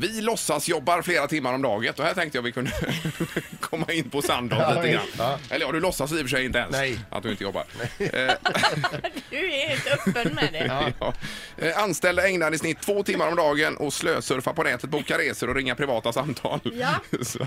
Vi låtsas jobbar flera timmar om dagen och här tänkte jag vi kunde komma in på Sandholt lite grann. Eller ja, du låtsas i och för sig inte ens Nej. att du inte jobbar. Eh, Du är helt öppen med det. Ja. Eh, Anställda ägnar i snitt två timmar om dagen och slösurfa på nätet, boka resor och ringa privata samtal. Ja. Så.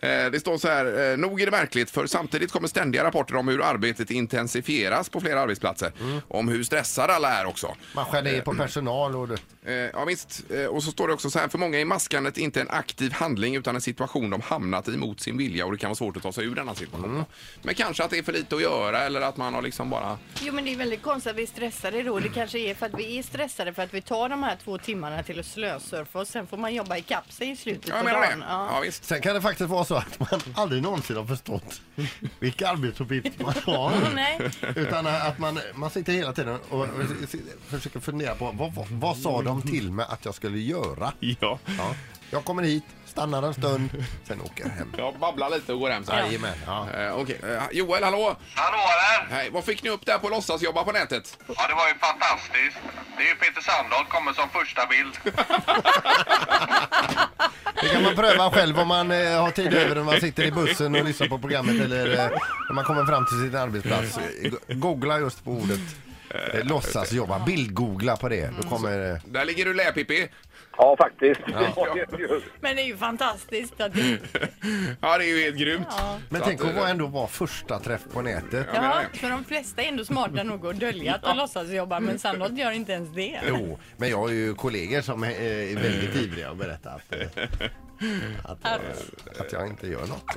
Eh, det står så här, eh, nog är det märkligt för samtidigt kommer ständiga rapporter om hur arbetet intensifieras på flera arbetsplatser. Om hur stressade alla är också. Man skär ner på personal och det- Eh, ja visst, eh, och så står det också så här, för många är maskandet inte en aktiv handling utan en situation de hamnat i mot sin vilja och det kan vara svårt att ta sig ur denna situation. Men kanske att det är för lite att göra eller att man har liksom bara... Jo men det är väldigt konstigt att vi är stressade då. Det kanske är för att vi är stressade för att vi tar de här två timmarna till att slösurfa och sen får man jobba ikapp sig i slutet Ja, jag på menar det. dagen. Ja, visst. Sen kan det faktiskt vara så att man aldrig någonsin har förstått vilka arbetsuppgifter man Åh, har. nej. Utan eh, att man, man sitter hela tiden och försöker fundera på vad, vad, vad sa de till mig att jag skulle göra? Ja. Ja. Jag kommer hit, stannar en stund, sen åker jag hem. Jag babblar lite och går hem sen. Jajamän. Ja. Eh, Okej, eh, Joel hallå! Hallå där! Hej, vad fick ni upp där på låtsas jobba på nätet? Ja, det var ju fantastiskt. Det är ju Peter Sandahl kommer som första bild. Det kan man pröva själv om man eh, har tid över när man sitter i bussen och lyssnar på programmet eller eh, när man kommer fram till sin arbetsplats. Go- Googla just på ordet eh, låtsas jobba, bildgoogla på det. Då kommer eh, Där ligger du lä, Pippi. Ja, faktiskt. Just. Men det är ju fantastiskt att det Ja, det är ju helt grymt. Men Så tänk att, att vara ändå vara första träff på nätet. Jag menar Ja, det. för de flesta är ändå smarta nog att dölja att de låtsas jobba men Sandholt gör inte ens det. Jo, men jag har ju kollegor som är, eh, är väldigt ivriga att berätta att, eh, att, eh, att jag inte gör något.